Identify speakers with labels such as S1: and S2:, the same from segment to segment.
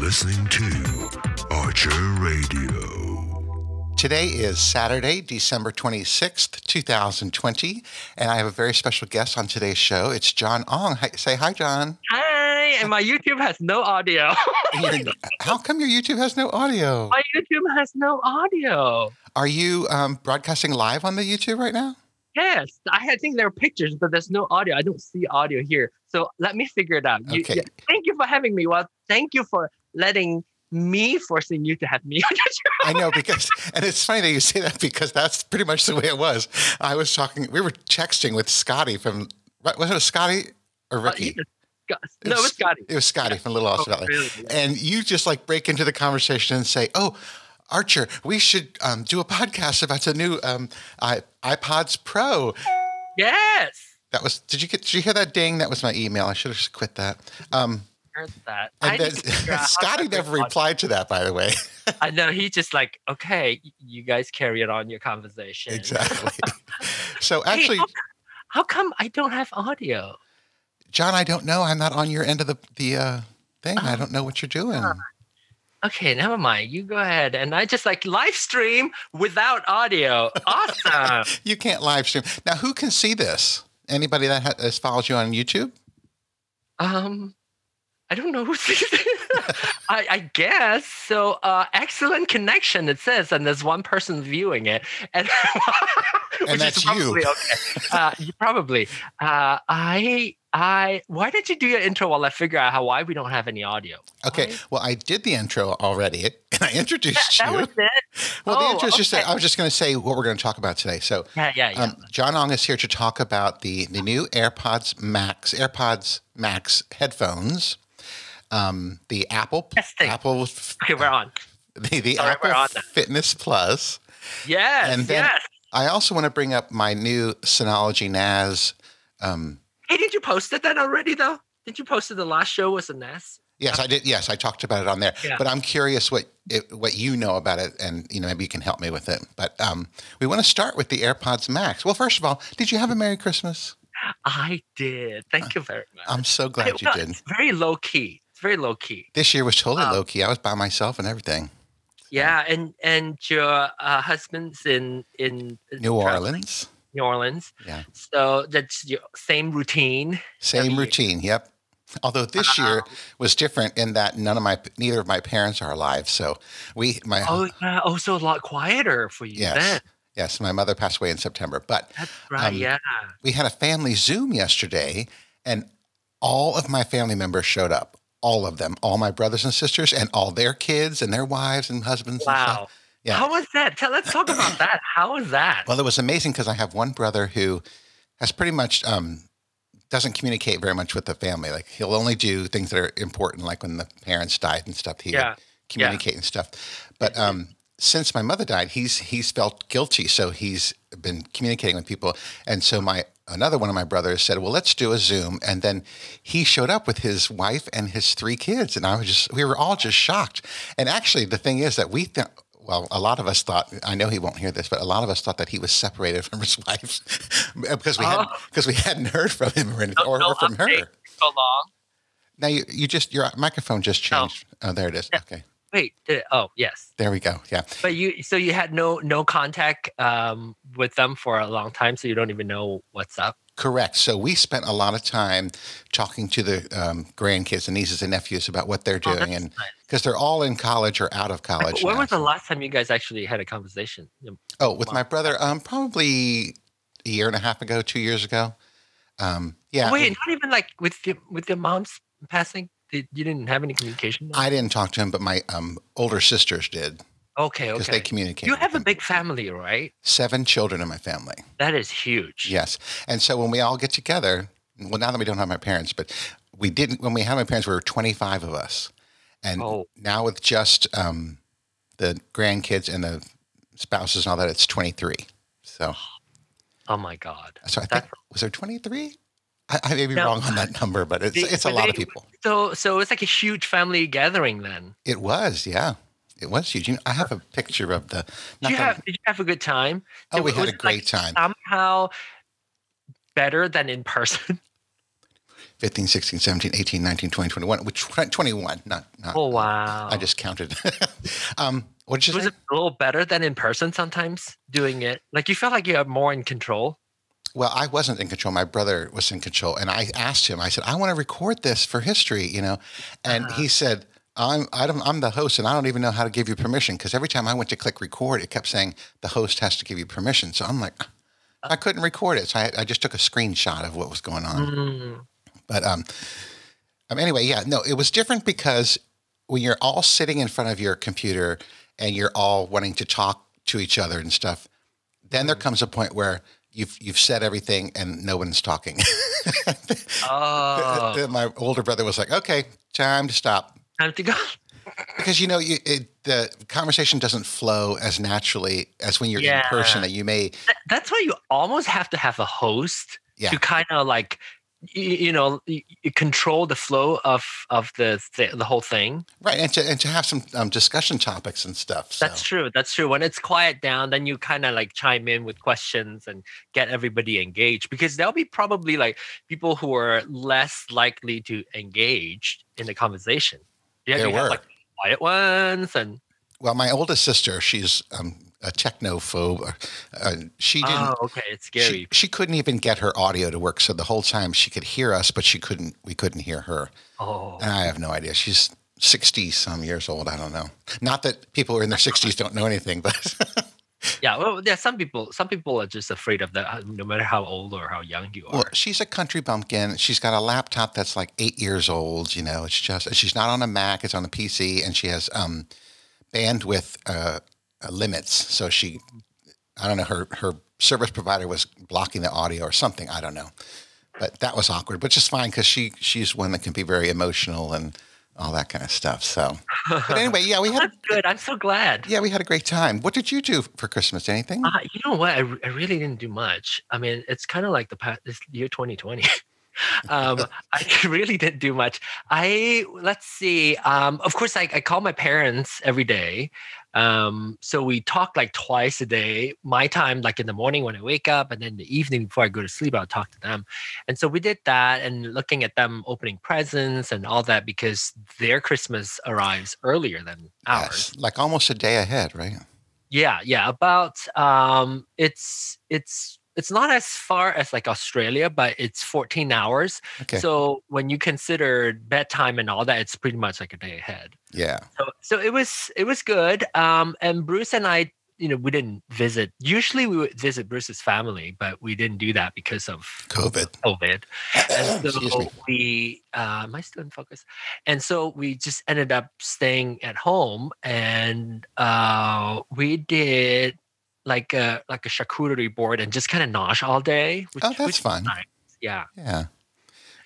S1: listening to Archer Radio.
S2: Today is Saturday, December 26th, 2020, and I have a very special guest on today's show. It's John Ong. Hi, say hi, John.
S3: Hi, and my YouTube has no audio.
S2: You're- How come your YouTube has no audio?
S3: my YouTube has no audio.
S2: Are you um, broadcasting live on the YouTube right now?
S3: Yes, I had- think there are pictures, but there's no audio. I don't see audio here. So let me figure it out. You-
S2: Okay.
S3: yeah, Thank you for having me. Well, thank you for letting me forcing you to have me.
S2: I know because, and it's funny that you say that because that's pretty much the way it was. I was talking, we were texting with Scotty from, what- was it Scotty or
S3: Uh,
S2: Ricky?
S3: you just got- no, it's Scotty.
S2: It was Scotty from Little House
S3: Oh,
S2: Valley.
S3: really?
S2: and you just like break into the conversation and say, "Oh, Archer, we should um, do a podcast about the new um, i iPods Pro."
S3: Yes.
S2: That was. Did you get? Did you hear that ding? That was my email. I should have just quit that. Um,
S3: Heard that. I
S2: and
S3: need
S2: then
S3: to figure out how
S2: Scotty
S3: to
S2: never
S3: audio.
S2: replied to that, by the way.
S3: I know he just like, okay, y- you guys carry it on your conversation.
S2: exactly. So
S3: Hey,
S2: actually,
S3: how, how come I don't have audio?
S2: John, I don't know. I'm not on your end of the the uh, thing.
S3: Oh,
S2: I don't know what you're doing.
S3: Okay, never mind. You go ahead. And I just like live stream without audio. Awesome.
S2: You can't live stream now. Who can see this? Anybody that ha- has follows you on YouTube?
S3: um, I don't know who's I, I guess. So uh excellent connection, it says, and there's one person viewing it. And, which is
S2: that's you.
S3: probably Okay. Uh, you probably. Uh, I I why did you do your intro while I figure out how why we don't have any audio?
S2: Okay.
S3: Why?
S2: Well, I did the intro already, and I introduced
S3: That
S2: you.
S3: was it.
S2: Well, the
S3: Oh,
S2: intro is just
S3: okay.
S2: I was just going to say what we're going to talk about today. So,
S3: Yeah, yeah, yeah.
S2: um, John Ong is here to talk about the, the new AirPods Max, AirPods Max headphones, um, the Apple,
S3: Testing.
S2: Apple, f-
S3: okay, we're on.
S2: the, the
S3: Sorry, we're
S2: Apple
S3: on now.
S2: Fitness Plus.
S3: Yes,
S2: And then-
S3: yes.
S2: I also want to bring up my new Synology NAS. Um,
S3: Hey, did you post it that already though? Did you post it the last show was a mess?
S2: yes, I did. Yes, I talked about it on there.
S3: Yeah.
S2: But I'm curious what it, what you know about it, and you know maybe you can help me with it. But um, we want to start with the AirPods Max. Well, first of all, did you have a Merry Christmas?
S3: I did. Thank you very much.
S2: Uh, I'm so glad
S3: It
S2: you
S3: was. Um,
S2: did.
S3: It's very low key. It's very low key.
S2: This year was totally
S3: Wow.
S2: low key. I was by myself and everything.
S3: Yeah, and and your uh, husband's in in in
S2: New
S3: traveling,
S2: Orleans,
S3: New Orleans.
S2: Yeah.
S3: So that's your same routine.
S2: same
S3: Every year.
S2: routine. Yep. Although this year was different in that none of my neither of my parents are alive, so we my
S3: Oh yeah. Oh, so a lot quieter for you
S2: yes
S3: then.
S2: yes my mother passed away in September, but
S3: That's right.
S2: Um,
S3: yeah.
S2: we had a family Zoom yesterday, and all of my family members showed up. All of them, all my brothers and sisters, and all their kids and their wives and husbands. And stuff.
S3: Wow.
S2: Yeah.
S3: How was that? Tell, let's talk about that. How was that?
S2: Well, it was amazing because I have one brother who has pretty much um, doesn't communicate very much with the family. Like he'll only do things that are important, like when the parents died and stuff. He
S3: yeah.
S2: would communicate and stuff. But um, since my mother died, he's he's felt guilty, so he's been communicating with people. And so my another one of my brothers said, "Well, let's do a Zoom." And then he showed up with his wife and his three kids, and I was just we were all just shocked. And actually, the thing is that we th- well, a lot of us thought. I know he won't hear this, but a lot of us thought that he was separated from his wife because we hadn't
S3: Oh.
S2: because we hadn't heard from him or anything,
S3: No-
S2: or,
S3: no
S2: or from
S3: update.
S2: her.
S3: So long.
S2: Now you, you just your microphone just changed. Oh, there it is.
S3: Yeah.
S2: Okay,
S3: Wait. did it- oh yes.
S2: there we go. Yeah.
S3: But you, so you had no no contact um, with them for a long time, so you don't even know what's up.
S2: Correct. So we spent a lot of time talking to the um, grandkids and nieces and nephews about what they're
S3: Oh,
S2: doing,
S3: that's
S2: and
S3: nice.
S2: because they're all in college or out of college.
S3: when
S2: now.
S3: was the last time you guys actually had a conversation?
S2: oh, with my brother, um, probably a year and a half ago, two years ago. Um, yeah,
S3: Wait, not even like with your, with your mom's passing. Did, you didn't have any communication.
S2: I didn't talk to him, but my um, older sisters did
S3: okay,
S2: because
S3: okay.
S2: they communicated.
S3: You have a
S2: with him.
S3: big family, right?
S2: seven children in my family.
S3: That is huge.
S2: Yes, and so when we all get together, well, now that we don't have my parents, but we didn't when we had my parents, we were twenty five of us, and
S3: Oh.
S2: now with just um, the grandkids and the spouses and all that, it's twenty three. So,
S3: Oh my God.
S2: so I think
S3: That's-
S2: was there twenty three? I, I may be
S3: No.
S2: wrong on that number, but it's
S3: They-
S2: it's a
S3: but
S2: lot
S3: they-
S2: of people.
S3: So so it's like a huge family gathering then.
S2: It was, yeah, it was huge. You know, I have a picture of the.
S3: Did
S2: not
S3: you
S2: that-
S3: have did you have a good time?
S2: oh,
S3: it
S2: we had
S3: was
S2: a
S3: like-
S2: great time.
S3: Somehow better than in person.
S2: 15, 16, 17, 18, 19, 20, 21, which 21, not, not
S3: Oh wow.
S2: I just counted. um, what did you
S3: was
S2: say?
S3: it a little better than in person sometimes doing it? Like you felt like you are more in control.
S2: Well, I wasn't in control. My brother was in control, and I asked him. I said, "I want to record this for history," you know, and he
S3: Uh-huh.
S2: said, "I'm I don't, I'm the host, and I don't even know how to give you permission because every time I went to click record, it kept saying the host has to give you permission." So I'm like,
S3: Uh-huh.
S2: I couldn't record it, so I, I just took a screenshot of what was going on.
S3: Mm,
S2: But um, um, anyway, yeah, no, it was different because when you're all sitting in front of your computer and you're all wanting to talk to each other and stuff, then
S3: Mm-hmm.
S2: there comes a point where you've you've said everything and no one's talking.
S3: Oh,
S2: Then My older brother was like, "Okay, time to stop,"
S3: time to go.
S2: because you know you, it, the conversation doesn't flow as naturally as when you're in
S3: Yeah.
S2: person. And you may,
S3: Th- That's why you almost have to have a host
S2: Yeah.
S3: to kind of like, you, you know, y y- control the flow of of the th- the whole thing.
S2: right, and to and to have some um, discussion topics and stuff. So.
S3: That's true. That's true. When it's quiet down, then you kind of like chime in with questions and get everybody engaged because there'll be probably like people who are less likely to engage in the conversation. Yeah,
S2: There
S3: you have
S2: were.
S3: like quiet ones and
S2: Well, my oldest sister, she's um, a technophobe. Uh, she didn't.
S3: oh, okay, it's
S2: she,
S3: scary.
S2: she couldn't even get her audio to work. So the whole time she could hear us, but she couldn't. We couldn't hear her.
S3: oh,
S2: And I have no idea. She's sixty some years old. I don't know. Not that people who are in their sixties don't know anything, but
S3: yeah. Well, yeah. Some people, some people are just afraid of that, uh, no matter how old or how young you are.
S2: well, she's a country bumpkin. She's got a laptop that's like eight years old. You know, it's just she's not on a Mac. It's on a PC, and she has um, bandwidth uh, uh, limits. So she, I don't know, her her service provider was blocking the audio or something. I don't know, but that was awkward, which is fine because she she's one that can be very emotional and all that kind of stuff. So, but anyway, yeah, we had
S3: That's good. I'm so glad.
S2: yeah we had a great time. What did you do for Christmas? Anything?
S3: Uh, you know what? I, re- I really didn't do much. I mean, it's kind of like the past this year 2020. um, I really didn't do much. I let's see. Um, of course, I, I call my parents every day. Um, so we talk like twice a day. My time, like in the morning when I wake up, and then the evening before I go to sleep, I'll talk to them. And so we did that, and looking at them opening presents and all that because their Christmas arrives earlier than ours
S2: Yes, like almost a day ahead, right?
S3: yeah yeah about um it's it's it's not as far as like australia but it's 14 hours
S2: Okay.
S3: so when you consider bedtime and all that it's pretty much like a day ahead
S2: yeah.
S3: so so it was it was good um and bruce and i you know we didn't visit usually we would visit bruce's family but we didn't do that because of
S2: COVID.
S3: covid and
S2: Excuse me.
S3: so we uh, am I still in focus? And so we just ended up staying at home, and uh, we did like a like a charcuterie board and just kind of nosh all day. Which,
S2: Oh, that's
S3: which-
S2: fun.
S3: yeah.
S2: Yeah.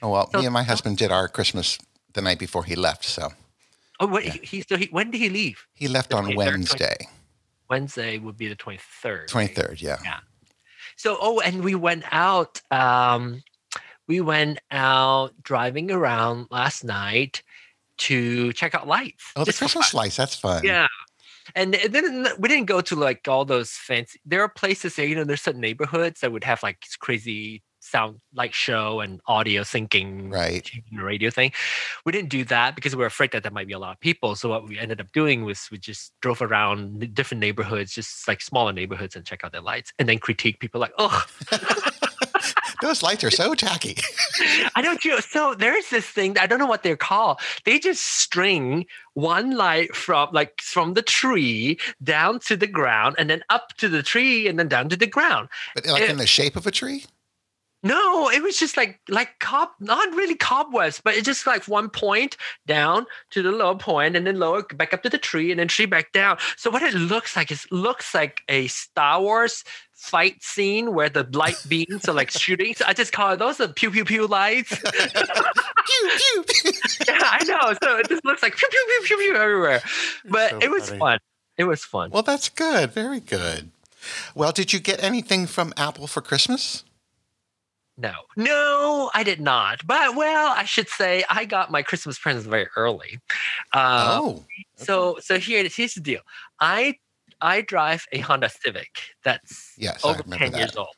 S2: Oh well,
S3: So-
S2: me and my husband did our Christmas the night before he left. So
S3: Oh, wait,
S2: Yeah.
S3: he, he so he when did he leave?
S2: he left on
S3: Okay, they're twenty-
S2: Wednesday,
S3: Wednesday would be the twenty third.
S2: twenty third. Yeah.
S3: So oh, and we went out. Um, we went out driving around last night to check out lights.
S2: Oh, the
S3: Just for fun.
S2: Christmas lights. That's fun.
S3: Yeah. And th- then we didn't go to like all those fancy. There are places that you know there's certain neighborhoods that would have like this crazy sound, light show, and audio syncing,
S2: Right.
S3: tuning the radio thing. We didn't do that because we were afraid that there might be a lot of people. So what we ended up doing was we just drove around n- different neighborhoods, just like smaller neighborhoods, and check out their lights, and then critique people like, oh,
S2: Those lights are so tacky.
S3: I don't you. So there's this thing I don't know what they're called. They just string one light from like from the tree down to the ground, and then up to the tree, and then down to the ground.
S2: But like
S3: Yeah.
S2: in the shape of a tree.
S3: No, it was just like like cob, not really cobwebs, but it's just like one point down to the lower point, and then lower back up to the tree, and then tree back down. So what it looks like is looks like a Star Wars fight scene where the light beams are like shooting. So I just call it those are pew pew pew lights.
S2: Pew, pew.
S3: yeah, I know. So it just looks like pew pew pew pew, pew everywhere. But
S2: so
S3: it was
S2: funny.
S3: fun. It was fun.
S2: well, that's good. Very good. Well, did you get anything from Apple for Christmas?
S3: no, no, I did not. But well, I should say I got my Christmas presents very early. Uh,
S2: oh,
S3: So so here it is. here's the deal. I I drive a Honda Civic that's
S2: yes, I
S3: over
S2: remember
S3: ten
S2: that.
S3: years old.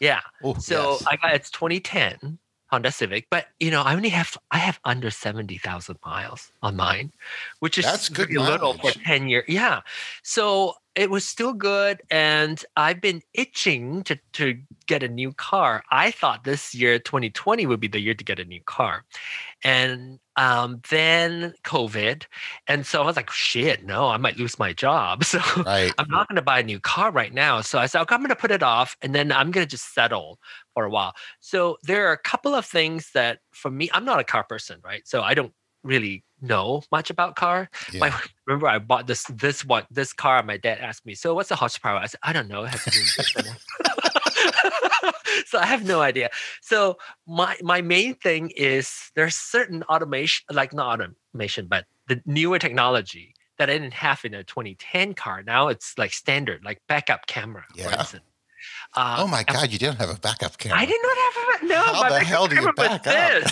S3: Yeah.
S2: Oh,
S3: So
S2: yes.
S3: I got it's 2010 Honda Civic, but you know, I only have I have under seventy thousand miles on mine, which is
S2: That's good
S3: pretty little for
S2: mileage.
S3: ten years. Yeah, so it was still good, and I've been itching to to get a new car. I thought this year, twenty twenty, would be the year to get a new car, and um, then COVID, and so I was like, shit, no, I might lose my job. So
S2: Right.
S3: I'm not going to buy a new car right now. So I said, okay, I'm going to put it off and then I'm going to just settle for a while. So there are a couple of things that for me, I'm not a car person, right? So I don't really know much about car.
S2: Yeah.
S3: I remember I bought this this one this car. My dad asked me, "So what's the horsepower?" I said, "I don't know. It has to do with this." so I have no idea. So my my main thing is there's certain automation, like not automation, but the newer technology that I didn't have in a 2010 car. Now it's like standard, like backup camera. for
S2: Yeah.
S3: instance. Uh,
S2: oh my God, you didn't have a backup camera.
S3: I did not have a no.
S2: How
S3: my
S2: the
S3: backup
S2: hell do you
S3: camera was
S2: back up?
S3: this.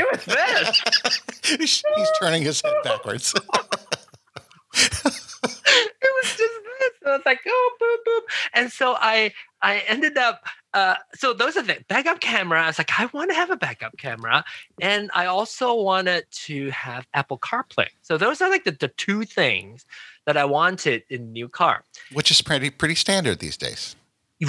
S3: It was this.
S2: He's turning his head backwards.
S3: it was just this. And I was like, oh, boop, boop. And so I I ended up. Uh, so those are the backup camera. I was like, I want to have a backup camera, and I also wanted to have Apple CarPlay. So those are like the, the two things that I wanted in a new car,
S2: which is pretty pretty standard these days.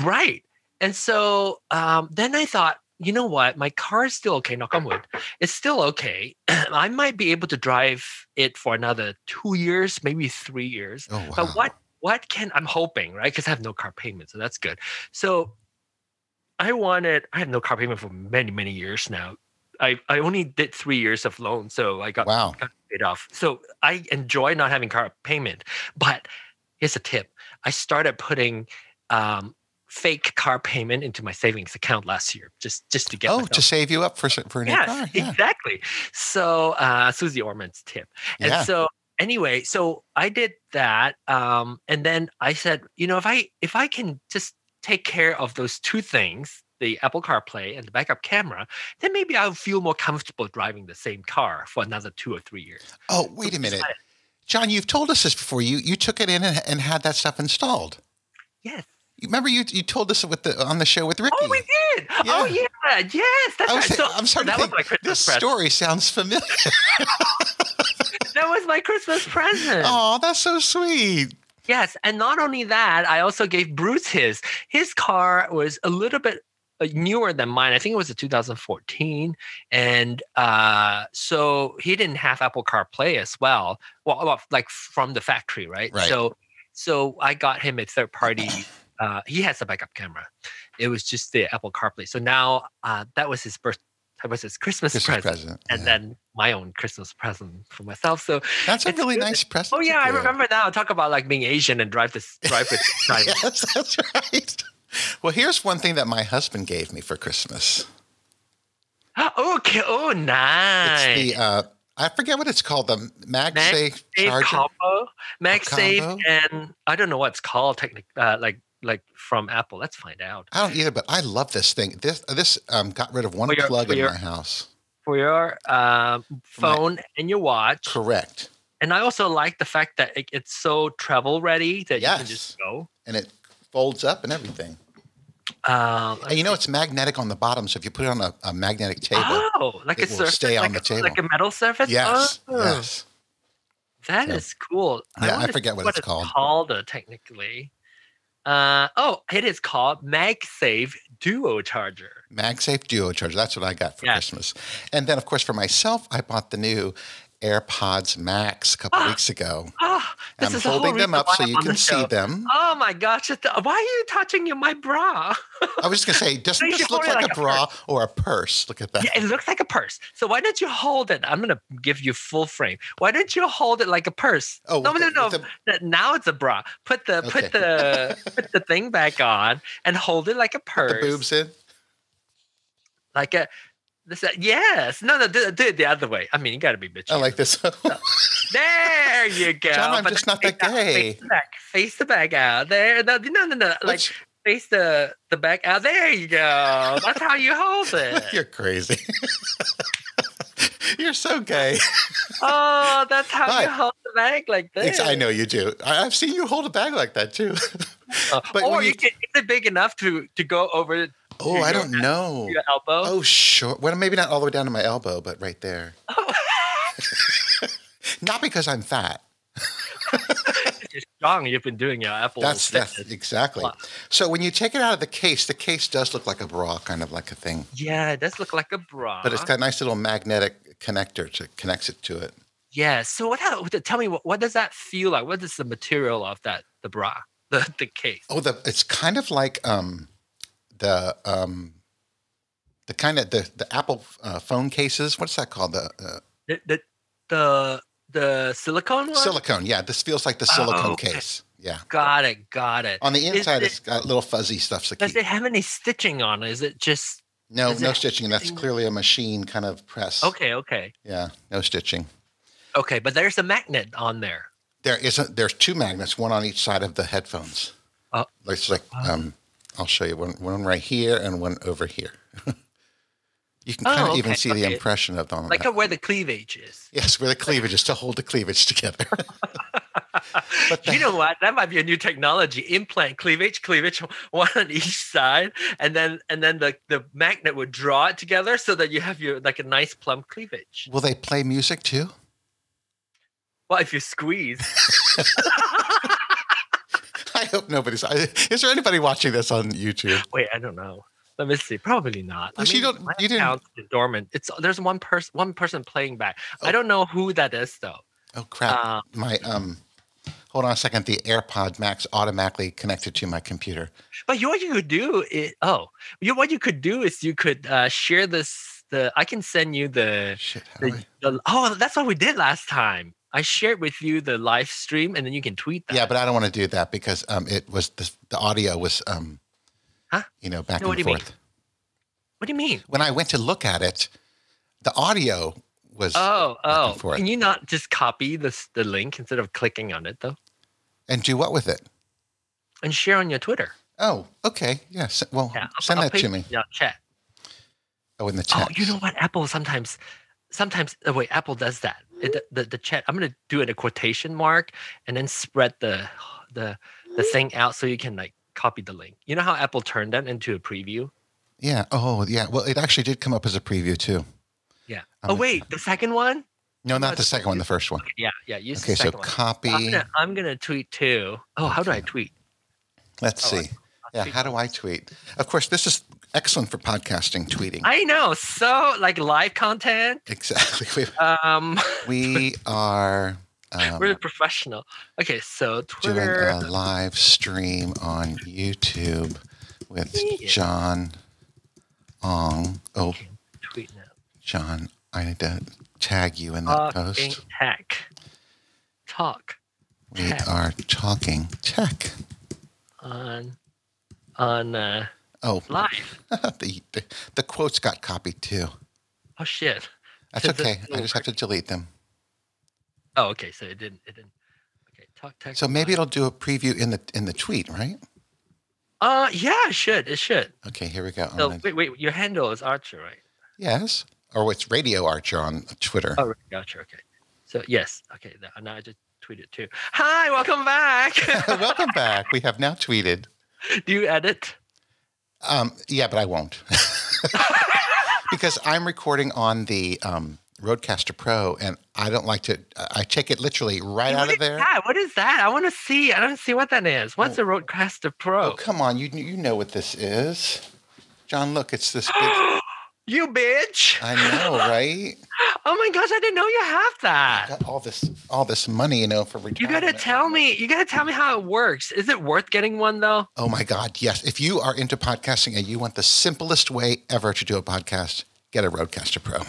S3: right? And so um, then I thought, you know what, my car is still okay. Knock on wood, it's still okay. I might be able to drive it for another two years, maybe three years.
S2: Oh wow.
S3: But what what can I'm hoping, right? Because I have no car payment, so that's good. So I wanted I have no car payment for many, many years now. I, I only did three years of loan, so I got
S2: Wow.
S3: paid off. So I enjoy not having car payment. But here's a tip. I started putting um, fake car payment into my savings account last year just just to get
S2: Oh,
S3: myself-
S2: to save you up for s- for a new
S3: yes,
S2: car. Yeah.
S3: exactly. So uh, Susie Orman's tip. And
S2: Yeah.
S3: so anyway, so I did that. Um, and then I said, you know, if I if I can just take care of those two things, the Apple CarPlay and the backup camera, then maybe I'll feel more comfortable driving the same car for another two or three years.
S2: Oh, wait a minute. John, you've told us this before. You you took it in and, and had that stuff installed.
S3: Yes.
S2: You remember you you told us with the on the show with Ricky.
S3: Oh, we did. Oh, yeah. Yes. That's right.
S2: I was
S3: So
S2: saying, I'm sorry.
S3: that
S2: to
S3: was
S2: think,
S3: my Christmas
S2: this
S3: present.
S2: story sounds familiar.
S3: That was my Christmas present.
S2: Oh, that's so sweet.
S3: Yes, and not only that, I also gave Bruce his. His car was a little bit uh, newer than mine. I think it was a 2014, and uh, so he didn't have Apple CarPlay as well. Well, well, like from the factory, right?
S2: Right.
S3: So, so I got him a third party. Uh, he has a backup camera. It was just the Apple CarPlay. So now uh, that was his birth. That was his Christmas,
S2: Christmas
S3: present,
S2: present.
S3: and
S2: yeah.
S3: then my own Christmas present for myself. So
S2: that's a
S3: it's
S2: really
S3: good.
S2: nice present.
S3: Oh
S2: to
S3: yeah, I
S2: give.
S3: remember now. Talk about like being Asian and drive this drive with China.
S2: Yes, that's right. Well, here's one thing that my husband gave me for Christmas.
S3: Okay. Oh, nice.
S2: It's the uh, I forget what it's called. The MagSafe
S3: Save
S2: charger.
S3: combo,
S2: combo?
S3: MagSafe, and I don't know what's called technic. Uh, like like from Apple. Let's find out
S2: I don't either, but I love this thing. This this um, got rid of one
S3: For your-
S2: plug
S3: for
S2: in
S3: your-
S2: my house.
S3: for your um, phone and your watch.
S2: Correct.
S3: And I also like the fact that it, it's so travel ready that you can just
S2: Yes.
S3: go.
S2: And it folds up and everything.
S3: Um,
S2: And you know it's magnetic on the bottom, so if you put it on a, a magnetic table,
S3: oh, like
S2: it
S3: a
S2: will
S3: surface,
S2: stay on
S3: like,
S2: the
S3: a- like a
S2: table.
S3: metal surface.
S2: yes,
S3: Oh.
S2: yes.
S3: That is
S2: So-
S3: cool.
S2: Yeah, I
S3: wanna see
S2: forget what it's called.
S3: uh, technically. Uh, oh, it is called MagSafe Duo Charger.
S2: MagSafe Duo charger. That's what I got for
S3: Yeah.
S2: Christmas. And then, of course, for myself, I bought the new AirPods Max a couple
S3: Ah,
S2: weeks ago.
S3: Oh, this
S2: I'm
S3: is the whole
S2: holding them
S3: reason
S2: up
S3: why
S2: so
S3: I'm
S2: you
S3: on
S2: can
S3: the
S2: see
S3: show.
S2: them.
S3: Oh my gosh! it's- Why are you touching your my bra?
S2: I was just gonna say, doesn't
S3: You
S2: this
S3: should
S2: look
S3: hold it like
S2: like, a
S3: a
S2: bra or a purse? Look at that.
S3: Yeah, it looks like a purse. So why don't you hold it? I'm gonna give you full frame. Why don't you hold it like a purse?
S2: Oh,
S3: no,
S2: with
S3: no,
S2: the-
S3: no.
S2: with the-
S3: that- now it's a bra. Put the
S2: Okay.
S3: put the put the thing back on and hold it like a purse.
S2: The boobs in.
S3: like a this yes no no do, do it the other way i mean you gotta be bitchy
S2: I like this.
S3: there you go
S2: John, I'm
S3: But
S2: just not that
S3: face out-
S2: gay.
S3: face the back face the back out there no no no, no. like
S2: Let's-
S3: face the the back out there you go that's how you hold it
S2: You're crazy. You're so gay.
S3: oh that's how
S2: Right.
S3: you hold the bag like
S2: Ex-
S3: this
S2: I know you do. I- I've seen you hold a bag like that too.
S3: Uh,
S2: but
S3: or
S2: when
S3: you,
S2: you-
S3: can is it big enough to to go over
S2: Oh, I don't know.
S3: Your elbow.
S2: Oh, sure. Well, maybe not all the way down to my elbow, but right there. not because I'm fat.
S3: You're strong. You've been doing your apple.
S2: That's that's
S3: fitness.
S2: exactly.
S3: Wow.
S2: So when you take it out of the case, the case does look like a bra, kind of like a thing,
S3: yeah. It does look like a bra.
S2: but it's got a nice little magnetic connector to connects it to it.
S3: yeah. So what? How, tell me what, what does that feel like? What is the material of that? The bra. The the case.
S2: Oh, the it's kind of like um, the um, the kind of the the Apple uh, phone cases. What's that called? The uh,
S3: The the the, the silicone one.
S2: silicone. Yeah, this feels like the silicone
S3: Oh, okay.
S2: case. Yeah.
S3: Got it. Got it.
S2: On the
S3: Is
S2: inside,
S3: it-
S2: it, has got little fuzzy stuff to
S3: Does
S2: keep.
S3: it have any stitching on? it? Is it just
S2: no,
S3: does
S2: no
S3: it-
S2: stitching. That's clearly a machine kind of press.
S3: okay? Okay.
S2: Yeah, no stitching.
S3: Okay. But there's a magnet on there.
S2: There isn't. There's two magnets, one on each side of the headphones.
S3: Oh.
S2: It's like um, I'll show you one, one right here and one over here. you can
S3: Oh,
S2: kind of even
S3: okay,
S2: see the
S3: okay.
S2: impression of them.
S3: Like a, where the cleavage is.
S2: yes, where the cleavage is to hold the cleavage together. but the,
S3: You know what? That might be a new technology. Implant cleavage, cleavage, one on each side, and then and then the the magnet would draw it together so that you have your like a nice plump cleavage.
S2: will they play music too?
S3: Well, if you squeeze,
S2: I hope nobody's. I, is there anybody watching this on YouTube?
S3: wait, I don't know. Let me see. Probably not. I
S2: Well, she don't-
S3: my
S2: you didn't-
S3: account's been dormant. It's there's one person one person playing back.
S2: Oh.
S3: I don't know who that is though.
S2: Oh crap!
S3: Uh,
S2: my um, hold on a second. The AirPod Max automatically connected to my computer.
S3: But you, what you could do is oh, you, what you could do is you could uh, share this. The I can send you the
S2: Shit! How do I-
S3: the, the- oh, that's what we did last time. I shared with you the live stream, and then you can tweet that.
S2: Yeah, but I don't want to do that because um, it was the, the audio was um,
S3: Huh?
S2: you know, back
S3: No, what
S2: and
S3: do you mean?
S2: forth.
S3: what do you mean?
S2: When I went to look at it, the audio was.
S3: Oh,
S2: back
S3: oh,
S2: and forth.
S3: can you not just copy this the link instead of clicking on it though,
S2: And do what with it?
S3: and share on your Twitter?
S2: Oh, okay. Yes. Well,
S3: Yeah, I'll-
S2: send
S3: I'll
S2: that to
S3: paste
S2: me.
S3: it in our chat.
S2: Oh, in the chat.
S3: Oh, you know what? Apple sometimes, sometimes the way Apple does that, it, the the chat. I'm gonna do it in a quotation mark and then spread the the the thing out so you can like copy the link. You know how Apple turned that into a preview?
S2: Yeah. Oh, yeah. Well, it actually did come up as a preview too.
S3: Yeah.
S2: I'm
S3: oh
S2: gonna-
S3: wait, the second one?
S2: No,
S3: No,
S2: not the
S3: it's-
S2: second one. The first one.
S3: Yeah, yeah. Use
S2: Okay.
S3: the
S2: So
S3: second one. I'm
S2: copy.
S3: gonna, I'm gonna tweet too. Oh, how do I
S2: Okay.
S3: tweet?
S2: Let's
S3: oh, I-
S2: see. Yeah.
S3: tweet
S2: How do I tweet? Of course, this is excellent for podcasting. Tweeting.
S3: I know. So like live content.
S2: Exactly. We,
S3: Um,
S2: we are. Um,
S3: we're professional. Okay, so
S2: doing
S3: Twitter.
S2: a live stream on YouTube with
S3: Yeah.
S2: John Ong. Oh,
S3: tweet now.
S2: John, I need to tag you in that
S3: Talking
S2: post.
S3: tech. Talk.
S2: We
S3: tech.
S2: are talking tech.
S3: on on uh,
S2: Oh,
S3: live.
S2: the, the the quotes got copied too.
S3: Oh shit.
S2: That's
S3: Does it
S2: okay. I
S3: still
S2: just have to delete them.
S3: Oh, okay. So it didn't. It didn't. Okay. Talk tech.
S2: So maybe
S3: live.
S2: it'll do a preview in the in the tweet, right?
S3: Uh, yeah. It should. It should.
S2: Okay, here we go. I'm
S3: So
S2: gonna-
S3: wait, wait. Your handle is Archer, right?
S2: yes, or it's Radio Archer on Twitter.
S3: Oh, right, Archer. Okay. So yes. Okay. th- Now I just tweeted too. Hi. Welcome back.
S2: Welcome back. We have now tweeted.
S3: Do you edit?
S2: Um, yeah, but I won't because I'm recording on the um, Roadcaster Pro, and I don't like to. I take it literally
S3: Hey,
S2: right out
S3: what
S2: of
S3: is
S2: there.
S3: that? What is that? I want to see. I don't see what that is. What's a Roadcaster
S2: Oh,
S3: Pro?
S2: come on! You you know what this is, John? Look, it's this big.
S3: You bitch!
S2: I know, right?
S3: Oh my gosh! I didn't know you have that.
S2: Got all this all this money, you know, for retirement.
S3: You gotta tell me. You gotta tell me how it works. Is it worth getting one though?
S2: Oh my God! Yes, if you are into podcasting and you want the simplest way ever to do a podcast, get a Roadcaster Pro.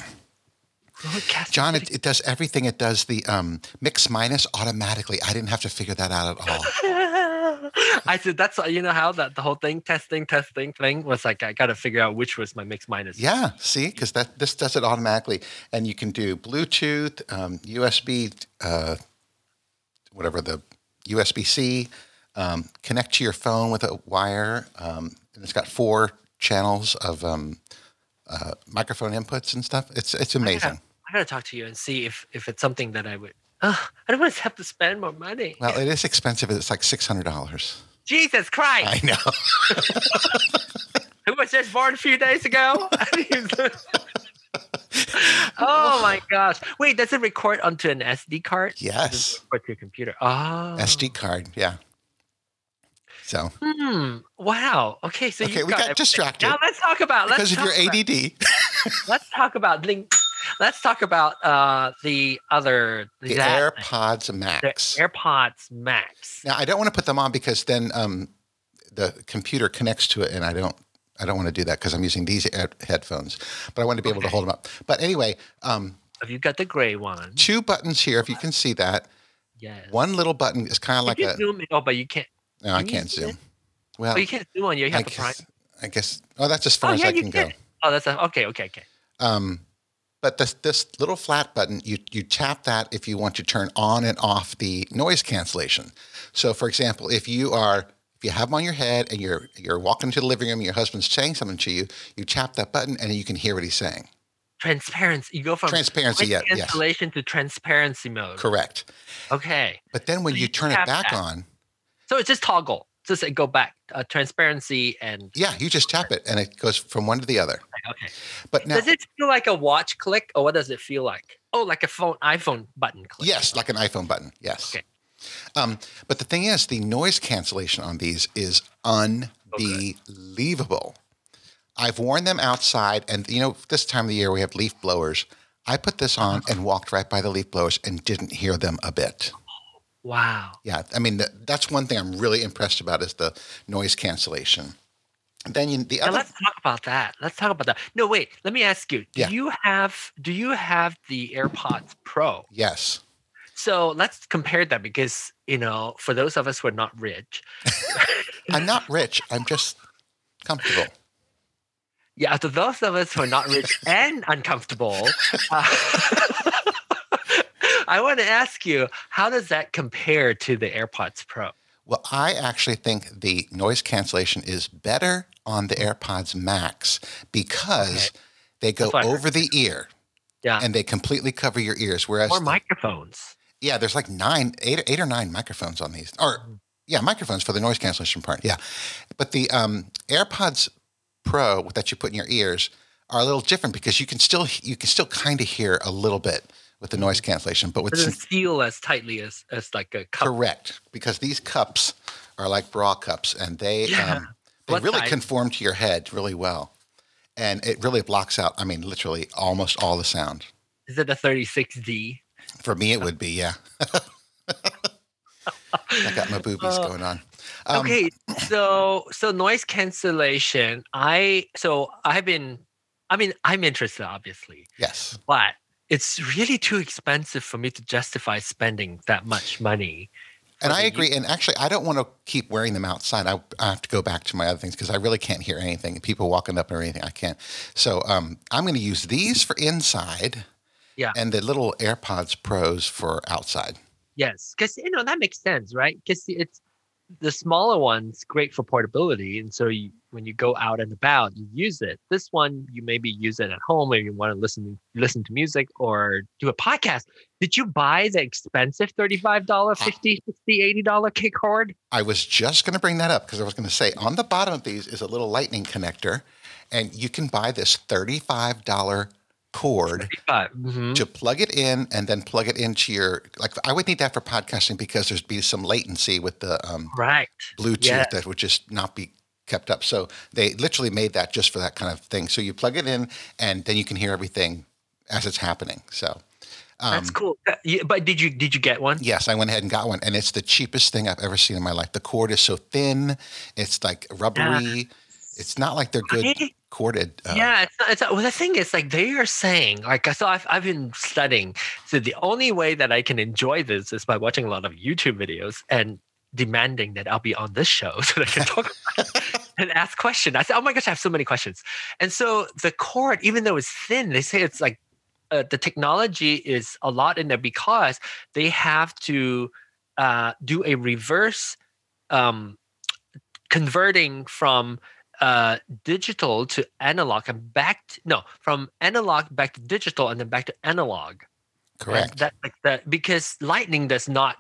S3: Broadcast-
S2: John, it, it does everything. It does the um, mix minus automatically. I didn't have to figure that out at all.
S3: I said that's you know how that the whole thing testing testing thing was like I gotta figure out which was my mix minus.
S2: Yeah, see, because that this does it automatically, and you can do Bluetooth, um, USB, uh, whatever the USB C, um, connect to your phone with a wire, um, and it's got four channels of um, uh, microphone inputs and stuff. It's it's amazing.
S3: I gotta talk to you and see if if it's something that I would. Ugh, I don't want to have to spend more money.
S2: Well, it is expensive. It's like six hundred dollars.
S3: Jesus Christ!
S2: I know.
S3: who was just born a few days ago. oh my gosh! Wait, does it record onto an SD card?
S2: Yes.
S3: Or to your computer? Oh.
S2: SD card. Yeah. So
S3: Hmm. Wow. Okay. So
S2: okay,
S3: you've
S2: we got,
S3: everything.
S2: distracted
S3: Now let's talk about let's
S2: because
S3: talk
S2: of your
S3: about-
S2: ADD.
S3: let's talk about the, let's talk about uh the other
S2: The
S3: that-
S2: AirPods
S3: the
S2: Max.
S3: AirPods Max.
S2: now I don't want to put them on because then um, the computer connects to it, and I don't. I don't want to do that because I'm using these air- headphones, but I want to be able to
S3: Okay.
S2: hold them up. But anyway, um,
S3: Have you got the gray one?
S2: two buttons here, if you can see that.
S3: Yes.
S2: One little button is kind of
S3: You
S2: like
S3: can
S2: a.
S3: zoom in. Oh, but you can't.
S2: No, I
S3: can you
S2: can't
S3: zoom in?
S2: zoom. Well,
S3: Oh, you can't zoom on. You
S2: I
S3: have to prime.
S2: guess, I guess. Oh, that's as far
S3: Oh,
S2: as
S3: yeah,
S2: I
S3: you
S2: can go.
S3: can. Oh, that's a, okay. Okay. Okay.
S2: Um, but this this little flat button, you you tap that if you want to turn on and off the noise cancellation. So, for example, if you are if you have them on your head and you're you're walking to the living room, your husband's saying something to you, you tap that button and you can hear what he's saying.
S3: Transparency. You go from
S2: Transparency, yeah,
S3: noise
S2: yes,
S3: cancellation to transparency mode.
S2: correct.
S3: Okay.
S2: But then when
S3: So
S2: you
S3: you
S2: turn it
S3: tap
S2: back
S3: that.
S2: on,
S3: So it's just toggle. Just uh, go back. Uh, transparency and
S2: yeah, you just tap it and it goes from one to the other.
S3: okay.
S2: But now,
S3: does it feel like a watch click, or what does it feel like? Oh, like a phone iPhone button click.
S2: Yes, like an iPhone button. Yes.
S3: uh, Okay.
S2: Um, but the thing is, the noise cancellation on these is unbelievable. I've worn them outside, and you know, this time of the year we have leaf blowers. I put this on
S3: Uh-huh.
S2: and walked right by the leaf blowers and didn't hear them a bit.
S3: Wow.
S2: Yeah, I mean, th- that's one thing I'm really impressed about is the noise cancellation. And then you, the
S3: Now
S2: other,
S3: let's talk about that. Let's talk about that. No, wait. Let me ask you. Do
S2: Yeah.
S3: you have Do you have the AirPods Pro?
S2: yes,
S3: So let's compare that because you know, for those of us who are not rich,
S2: I'm not rich. I'm just comfortable.
S3: yeah, to those of us who are not rich and uncomfortable, uh, I want to ask you, how does that compare to the AirPods Pro?
S2: Well, I actually think the noise cancellation is better on the AirPods Max because they go
S3: That's what I
S2: over the ear
S3: Yeah,
S2: and they completely cover your ears. Whereas,
S3: more
S2: the-
S3: microphones.
S2: yeah, there's like nine, eight, eight or nine microphones on these, or
S3: Mm.
S2: yeah, microphones for the noise cancellation part. Yeah, but the um, AirPods Pro that you put in your ears are a little different because you can still you can still kind of hear a little bit with the
S3: Mm-hmm.
S2: noise cancellation, but with
S3: Doesn't
S2: some,
S3: seal as tightly as as like a cup.
S2: Correct, because these cups are like bra cups, and they
S3: Yeah.
S2: um, they
S3: What
S2: really
S3: size?
S2: conform to your head really well, and it really blocks out. I mean, literally almost all the sound.
S3: Is it a 36D?
S2: For me, it would be yeah. I got my boobies
S3: Oh.
S2: going on. Um,
S3: okay, so so noise cancellation. I so I've been, I mean, I'm interested, obviously,
S2: Yes.
S3: but it's really too expensive for me to justify spending that much money.
S2: And
S3: for
S2: I
S3: the
S2: agree. And actually, I don't want to keep wearing them outside. I, I have to go back to my other things because I really can't hear anything. People walking up or anything, I can't. So um, I'm going to use these for inside
S3: Yeah.
S2: and the little AirPods Pros for outside.
S3: Yes, because you know that makes sense, right? Because it's the smaller one's great for portability, and so you, when you go out and about, you use it. This one, you maybe use it at home, or you want to listen listen to music or do a podcast. Did you buy the expensive thirty five dollar, fifty, sixty, eighty dollar kick cord?
S2: I was just going to bring that up because I was going to say on the bottom of these is a little lightning connector, and you can buy this $35 cord
S3: hmm
S2: to plug it in and then plug it into your like I would need that for podcasting because there'd be some latency with the um,
S3: Right.
S2: Bluetooth
S3: Yeah.
S2: that would just not be kept up. So they literally made that just for that kind of thing. So you plug it in and then you can hear everything as it's happening. So um,
S3: That's cool. That- yeah, but did you did you get one?
S2: Yes, I went ahead and got one, and it's the cheapest thing I've ever seen in my life. The cord is so thin; it's like rubbery. It's not like they're good
S3: Right?
S2: corded. Uh,
S3: yeah, it's not, it's not, well, the thing is, like they are saying, like so I've I've been studying. So the only way that I can enjoy this is by watching a lot of YouTube videos and demanding that I'll be on this show so that I can talk about it and ask questions. I said, oh my gosh, I have so many questions. And so the cord, even though it's thin, they say it's like uh, the technology is a lot in there because they have to uh, do a reverse um, converting from uh, digital to analog and back to, no from analog back to digital and then back to analog. And
S2: correct.
S3: That, like that because lightning does not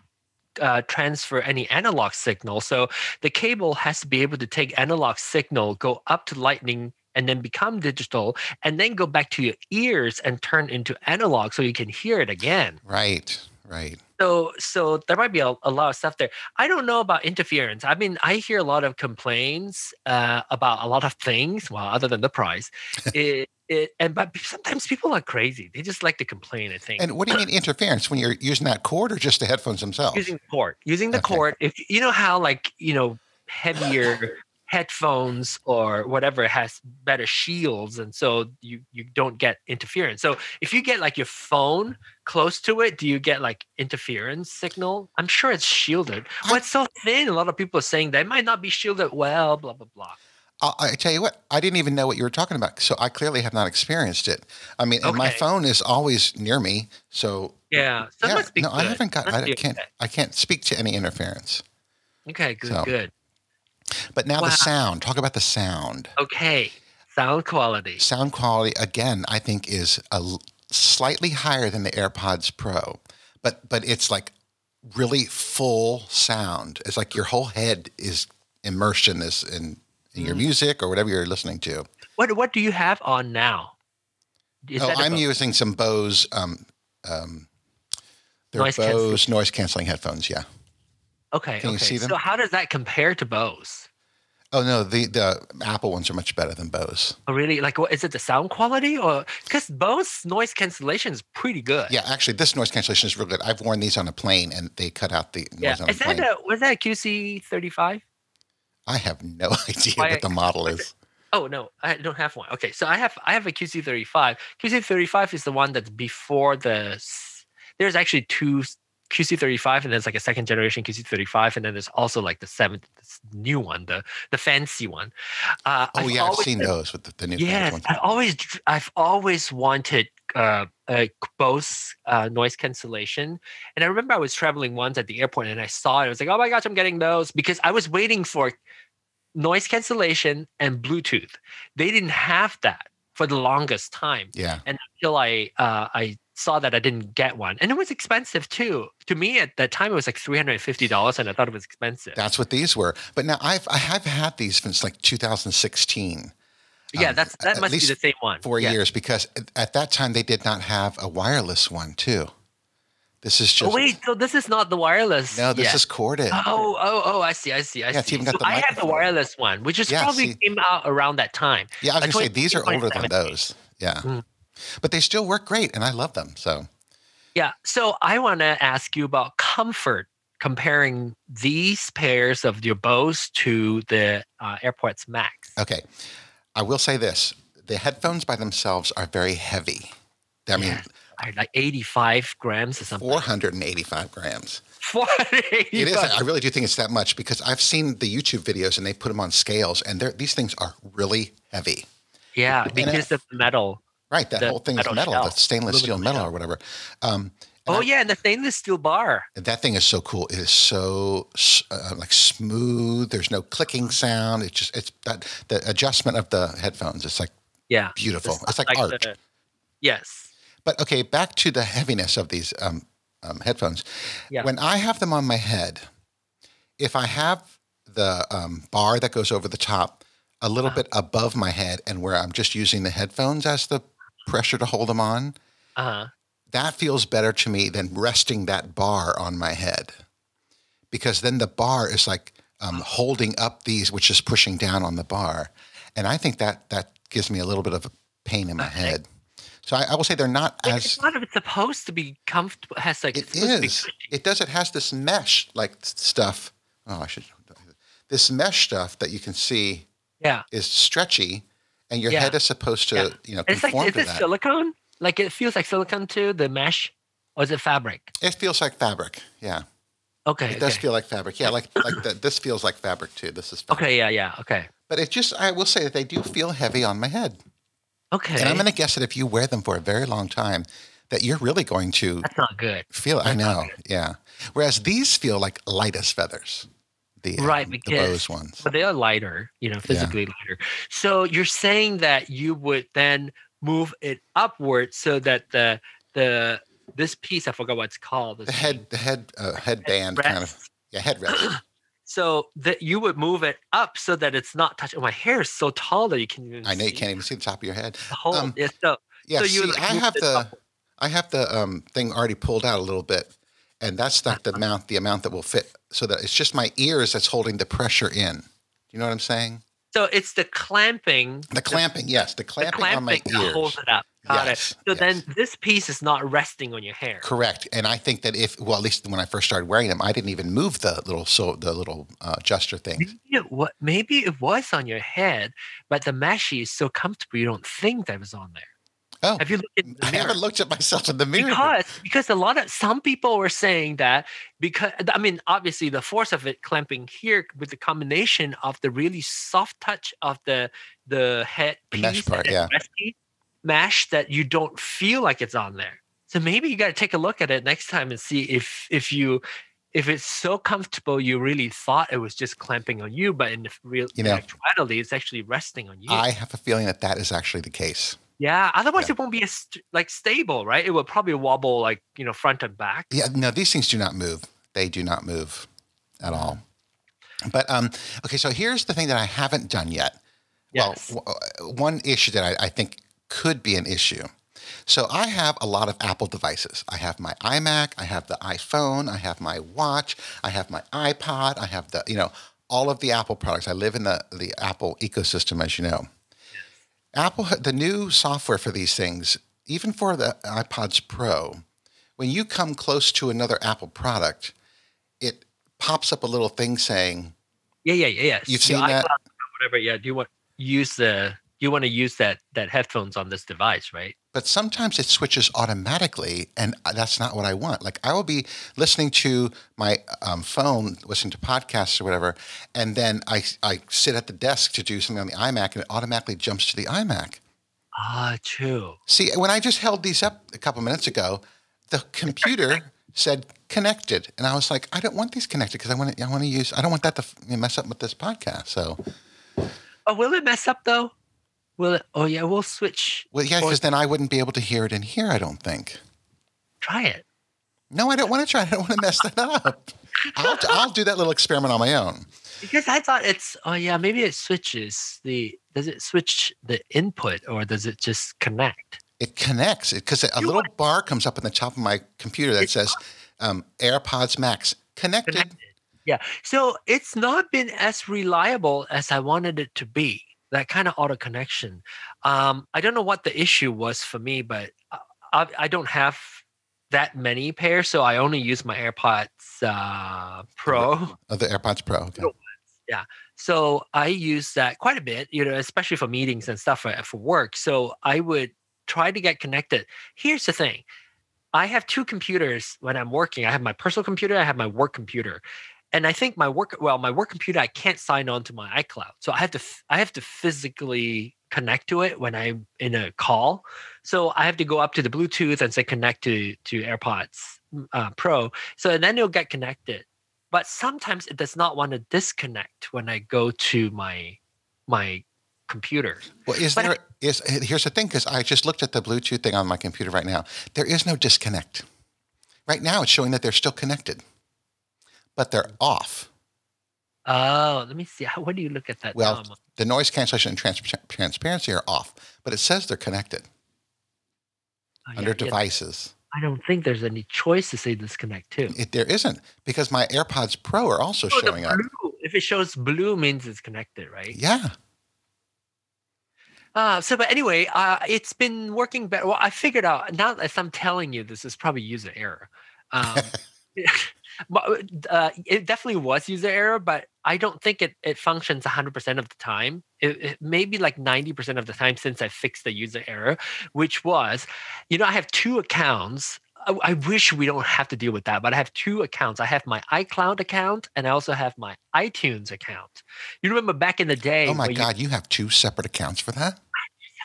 S3: uh, transfer any analog signal. So the cable has to be able to take analog signal, go up to lightning, and then become digital, and then go back to your ears and turn into analog so you can hear it again.
S2: Right. Right.
S3: So, so there might be a, a lot of stuff there. I don't know about interference. I mean, I hear a lot of complaints uh, about a lot of things. Well, other than the price, it, it and but sometimes people are crazy. They just like to complain. I think.
S2: And what do you mean interference? When you're using that cord or just the headphones themselves?
S3: using the cord, using the
S2: Okay.
S3: cord. If you know how, like you know, heavier headphones or whatever has better shields, and so you you don't get interference. So if you get like your phone close to it, do you get like interference signal? I'm sure it's shielded. Well, it's so thin. A lot of people are saying they might not be shielded well. Blah blah blah.
S2: I, I tell you what, I didn't even know what you were talking about, so I clearly have not experienced it. I mean, and my
S3: Okay.
S2: phone is always near me, so
S3: Yeah. So that must be
S2: no, I
S3: good.
S2: haven't got,
S3: Must
S2: I
S3: be
S2: can't,
S3: okay.
S2: I can't speak to any interference.
S3: Okay. Good.
S2: So.
S3: Good.
S2: But now
S3: Wow.
S2: the sound. Talk about the sound.
S3: Okay. Sound quality.
S2: Sound quality again, I think, is a l- slightly higher than the AirPods Pro, but but it's like really full sound. It's like your whole head is immersed in this in, in
S3: Mm.
S2: your music or whatever you're listening to.
S3: What What do you have on now? Is
S2: oh,
S3: that a
S2: I'm
S3: Bose?
S2: using some Bose. Um, um, they're
S3: Noise cancelling.
S2: Bose noise canceling headphones. Yeah.
S3: Okay.
S2: Can you
S3: okay.
S2: see them?
S3: So how does that compare to Bose?
S2: Oh no, the the Apple ones are much better than Bose.
S3: Oh, really? Like, what is it? The sound quality, or because Bose noise cancellation is pretty good.
S2: Yeah, actually, this noise cancellation is really good. I've worn these on a plane, and they cut out the noise
S3: Yeah.
S2: on
S3: Is
S2: the plane.
S3: that a was that a QC thirty five?
S2: I have no idea
S3: Why-
S2: what the model is.
S3: Oh no, I don't have one. Okay, so I have I have a QC thirty five. QC thirty five is the one that's before the. s- There's actually two QC thirty five, and there's like a second generation QC thirty five, and then there's also like the seventh this new one, the the fancy one. Uh,
S2: Oh
S3: I've
S2: yeah, I've
S3: always
S2: seen those with the, the new
S3: Yes,
S2: ones.
S3: I always, dr- I've always wanted uh, a Bose uh, noise cancellation, and I remember I was traveling once at the airport and I saw it. I was like, "Oh my gosh, I'm getting those!" Because I was waiting for noise cancellation and Bluetooth. They didn't have that for the longest time
S2: Yeah,
S3: until I uh, I saw that I didn't get one, and it was expensive too. To me, at that time, it was like three hundred and fifty dollars, and I thought it was expensive.
S2: that's what these were. But now I've I have had these since like 2016.
S3: yeah,
S2: um,
S3: that's that
S2: at
S3: must be
S2: least
S3: the same one.
S2: four
S3: yeah.
S2: years because at- at that time they did not have a wireless one too. This is
S3: Oh,
S2: just
S3: wait, so this is not the wireless.
S2: no, this
S3: yet.
S2: is corded.
S3: Oh, oh, oh! I see, I see, I
S2: Yeah, it's
S3: see.
S2: even got
S3: So
S2: the
S3: I had the
S2: microphone.
S3: wireless one, which is
S2: Yeah,
S3: probably
S2: see.
S3: came out around that time.
S2: yeah, I was
S3: like
S2: gonna say these are
S3: 20-
S2: older than
S3: 2017.
S2: those. Yeah,
S3: Mm.
S2: but they still work great, and I love them. So
S3: Yeah. So I want to ask you about comfort, comparing these pairs of your Bose to the uh, AirPods Max.
S2: okay, I will say this: the headphones by themselves are very heavy. I mean,
S3: Yes, I- like 85 grams or something.
S2: 485 grams.
S3: 485.
S2: It is. I really do think it's that much because I've seen the YouTube videos and they put them on scales, and they're, these things are really heavy.
S3: Yeah,
S2: And
S3: because of the metal.
S2: Right, that
S3: The
S2: whole thing is
S3: metal
S2: metal,
S3: shell,
S2: the stainless steel
S3: aluminum
S2: metal
S3: shell.
S2: or whatever. Um, and
S3: Oh
S2: I-
S3: yeah, and the stainless steel bar.
S2: that thing is so cool. It is so s- uh, like smooth. There's no clicking sound. It's just it's that the adjustment of the headphones. It's like
S3: Yeah.
S2: beautiful. It's, like, art.
S3: the- yes.
S2: But okay, back to the heaviness of these um, um, headphones.
S3: Yeah.
S2: When I have them on my head, if I have the um, bar that goes over the top a little bit above my head and where I'm just using the headphones as the pressure to hold them on,
S3: Uh huh.
S2: that feels better to me than resting that bar on my head. Because then the bar is like um, holding up these, which is pushing down on the bar. And I think that that gives me a little bit of a pain in my head. So I, I will say they're not
S3: Like,
S2: as
S3: it's not it's supposed to be comfortable. Has like
S2: it
S3: it's supposed to be
S2: is.
S3: cushy.
S2: It does. It has this mesh like stuff. Oh, I should. This mesh stuff that you can see
S3: Yeah,
S2: is stretchy, and your
S3: Yeah.
S2: head is supposed to,
S3: Yeah.
S2: you know,
S3: it's like
S2: conform
S3: is
S2: to
S3: it
S2: that.
S3: silicone? Like it feels like silicone too. The mesh, or is it fabric?
S2: it feels like fabric. Yeah,
S3: Okay,
S2: it does
S3: okay.
S2: feel like fabric. Yeah, like like the, this feels like fabric too. This is fabric.
S3: okay, yeah, yeah, okay,
S2: But it just, I will say that they do feel heavy on my head,
S3: okay.
S2: and I'm going to guess that if you wear them for a very long time, that you're really going to
S3: That's not good,
S2: feel. I know. Yeah. Whereas these feel like light as feathers. The um,
S3: Right,
S2: the Bose
S3: because-
S2: ones.
S3: but they are lighter, you know, physically lighter. So you're saying that you would then move it upward so that the the this piece. I forgot what it's called.
S2: The head, the head, uh, headband kind of. Yeah, headrest.
S3: So that you would move it up so that it's not touching. My hair is so tall that you can. Even
S2: I know you
S3: see
S2: can't even see the top of your head.
S3: the whole-
S2: um,
S3: yeah, so,
S2: Yeah,
S3: so you
S2: see,
S3: would, like,
S2: I
S3: move
S2: have
S3: this
S2: the,
S3: up.
S2: I have the um, thing already pulled out a little bit, and that's not
S3: Uh-huh.
S2: the amount, the amount that will fit. So that it's just my ears that's holding the pressure in. Do you know what I'm saying?
S3: So it's the clamping.
S2: The clamping, yes, the
S3: The
S2: clamping, on my
S3: clamping that
S2: ears.
S3: holds it up. Got
S2: Yes,
S3: it. So
S2: yes.
S3: then this piece is not resting on your hair.
S2: Correct, and I think that if well, at least when I first started wearing them, I didn't even move the little so the little uh, adjuster thing.
S3: Maybe it, wa- maybe it was on your head, but the mashie is so comfortable you don't think that was on there.
S2: Oh,
S3: Have you looked in
S2: I
S3: the mirror?
S2: haven't looked at myself in the mirror.
S3: Because because a lot of some people were saying that because I mean obviously the force of it clamping here with the combination of the really soft touch of the the head
S2: The mesh
S3: piece
S2: part,
S3: and
S2: yeah.
S3: rest piece, mesh that you don't feel like it's on there. So maybe you got to take a look at it next time and see if if you if it's so comfortable you really thought it was just clamping on you, but in the real
S2: You know.
S3: in actuality it's actually resting on you.
S2: I have a feeling that that is actually the case.
S3: Yeah. Otherwise,
S2: Yeah.
S3: it won't be as st- like stable, right? It will probably wobble like you know front and back.
S2: Yeah, no, these things do not move. They do not move at all. But um, okay, so here's the thing that I haven't done yet.
S3: Yes.
S2: Well, w- uh, one issue that I, I think could be an issue. So I have a lot of Apple devices. I have my iMac, I have the iPhone, I have my watch, I have my iPod, I have the you know all of the Apple products. I live in the the Apple ecosystem, as you know. Apple, the new software for these things, even for the iPods Pro, when you come close to another Apple product, it pops up a little thing saying,
S3: yeah, yeah, yeah. yeah.
S2: You've
S3: Your
S2: seen that?
S3: iCloud or whatever. Yeah. Do you want use the? You want to use that that headphones on this device, right?
S2: but sometimes it switches automatically, and uh, that's not what I want. Like I will be listening to my um, phone, listening to podcasts or whatever, and then I I sit at the desk to do something on the iMac, and it automatically jumps to the iMac.
S3: Ah, true.
S2: See, when I just held these up a couple minutes ago, the computer said connected, and I was like, I don't want these connected because I want to, I want to use I don't want that to f- mess up with this podcast. So,
S3: Oh, will it mess up though? Will it? Oh yeah, we'll switch.
S2: well, yeah, because then I wouldn't be able to hear it in here. I don't think.
S3: Try it.
S2: No, I don't want to try. it. I don't want to mess that up. I'll, I'll do that little experiment on my own.
S3: Because I thought it's. Oh yeah, maybe it switches the. Does it switch the input or does it just connect?
S2: It connects it because a
S3: You
S2: little bar comes up on the top of my computer that says um, AirPods Max connected.
S3: Connected. Yeah. So it's not been as reliable as I wanted it to be. That kind of auto connection. Um, I don't know what the issue was for me, but I- I, I don't have that many pairs, so I only use my AirPods uh, Pro.
S2: Oh, the AirPods Pro. Okay.
S3: So I use that quite a bit, you know, especially for meetings and stuff for, for work. So I would try to get connected. Here's the thing I have two computers when I'm working. I have my personal computer, I have my work computer. And I think my work, well, my work computer, I can't sign on to my iCloud. So I have to, f- I have to physically connect to it when I'm in a call. So I have to go up to the Bluetooth and say connect to, to AirPods uh, Pro. So then it'll get connected but sometimes it does not want to disconnect when I go to my my computer.
S2: Well, is
S3: But-
S2: there is here's the thing because I just looked at the Bluetooth thing on my computer right now. There is no disconnect. Right now, it's showing that they're still connected, but they're off.
S3: Oh, let me see. How, what do you look at that? Oh,
S2: Well,
S3: now?
S2: the noise cancellation and trans- transparency are off, but it says they're connected
S3: Oh, yeah,
S2: under
S3: yeah.
S2: devices.
S3: I don't think there's any choice to say disconnect too.
S2: It, there isn't because my AirPods Pro are also
S3: Oh, the
S2: showing up.
S3: blue. If it shows blue, means it's connected, right?
S2: Yeah.
S3: Uh, so, but anyway, uh, it's been working better. Well, I figured out now as I'm telling you, this is probably user error. Um, but uh, it definitely was user error, but I don't think it, it functions 100% of the time. It, it maybe like 90% of the time since I fixed the user error, which was, you know, I have two accounts. I, I wish we don't have to deal with that, but I have two accounts. I have my iCloud account and I also have my iTunes account. You remember back in the day?
S2: Oh my
S3: where you-
S2: God, you have two separate accounts for that?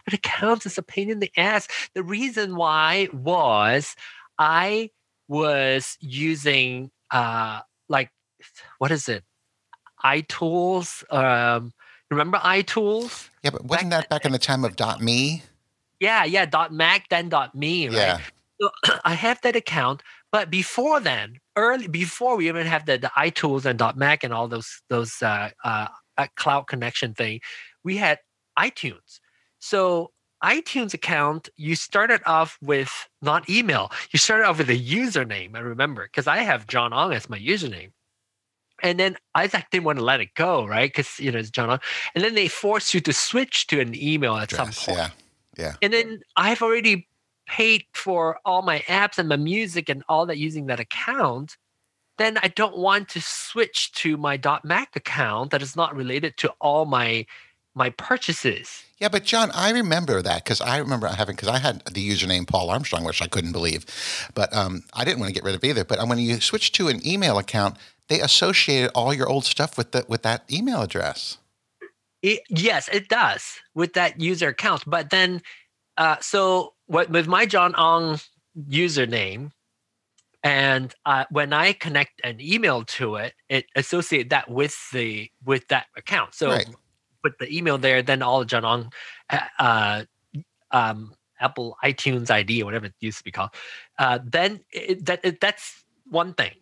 S3: but it counts as a pain in the ass. The reason why was I was using uh like what is it? iTools. Um remember iTools?
S2: Yeah, but wasn't that back in the time of dot me?
S3: Yeah, yeah, dot Mac, then dot me, right?
S2: Yeah.
S3: So I have that account, but before then, early before we even have the, the iTools and .Mac and all those those uh, uh, uh, cloud connection thing, we had iTunes. So iTunes account, you started off with not email. You started off with a username. I remember because I have John Ong as my username. And then Isaac didn't want to let it go, right? Because you know it's John Ong. And then they forced you to switch to an email at some
S2: Address,
S3: point.
S2: yeah. Yeah.
S3: And then I've already paid for all my apps and my music and all that using that account. Then I don't want to switch to my .Mac account that is not related to all my my purchases.
S2: Yeah, but John, I remember that because I remember having because I had the username Paul Armstrong, which I couldn't believe, but um, I didn't want to get rid of either. But uh, when you switch to an email account, they associated all your old stuff with the with that email address.
S3: It, yes, it does with that user account. But then, uh, so what with my John Ong username, and uh, when I connect an email to it, it associate that with the with that account. So
S2: Right.
S3: put the email there, then all the John Ong, uh, um, Apple iTunes ID or whatever it used to be called. Uh, then it, that it, that's one thing.